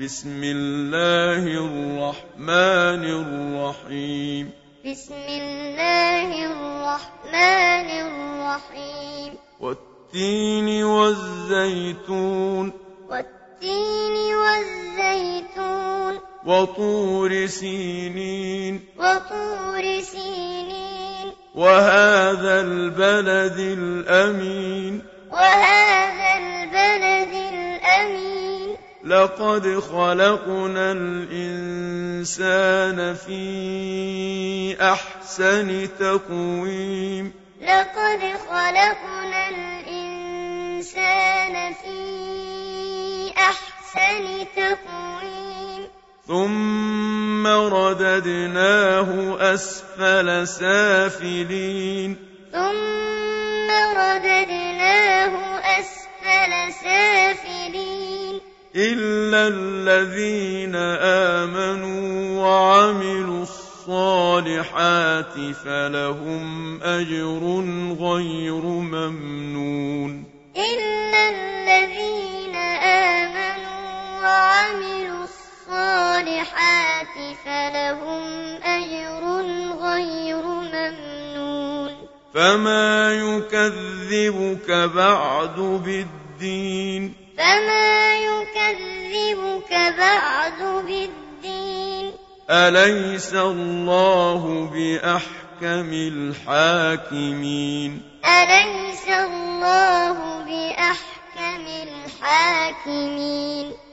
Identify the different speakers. Speaker 1: بسم الله الرحمن الرحيم
Speaker 2: بسم الله الرحمن الرحيم
Speaker 1: والتين والزيتون
Speaker 2: والتين والزيتون
Speaker 1: وطور سينين
Speaker 2: وطور سينين
Speaker 1: وهذا البلد الأمين
Speaker 2: وهذا البلد الأمين
Speaker 1: لقد خلقنا الإنسان في أحسن تقويم
Speaker 2: لقد خلقنا الإنسان في أحسن تقويم
Speaker 1: ثم رددناه أسفل سافلين
Speaker 2: ثم رددناه أسفل سافلين
Speaker 1: إلا الذين آمنوا وعملوا الصالحات فلهم أجر غير ممنون
Speaker 2: إلا الذين آمنوا وعملوا الصالحات فلهم أجر غير ممنون
Speaker 1: فما يكذبك بعد بالدين
Speaker 2: فما يكذبك بعد بالدين
Speaker 1: أليس الله بأحكم الحاكمين
Speaker 2: أليس الله بأحكم الحاكمين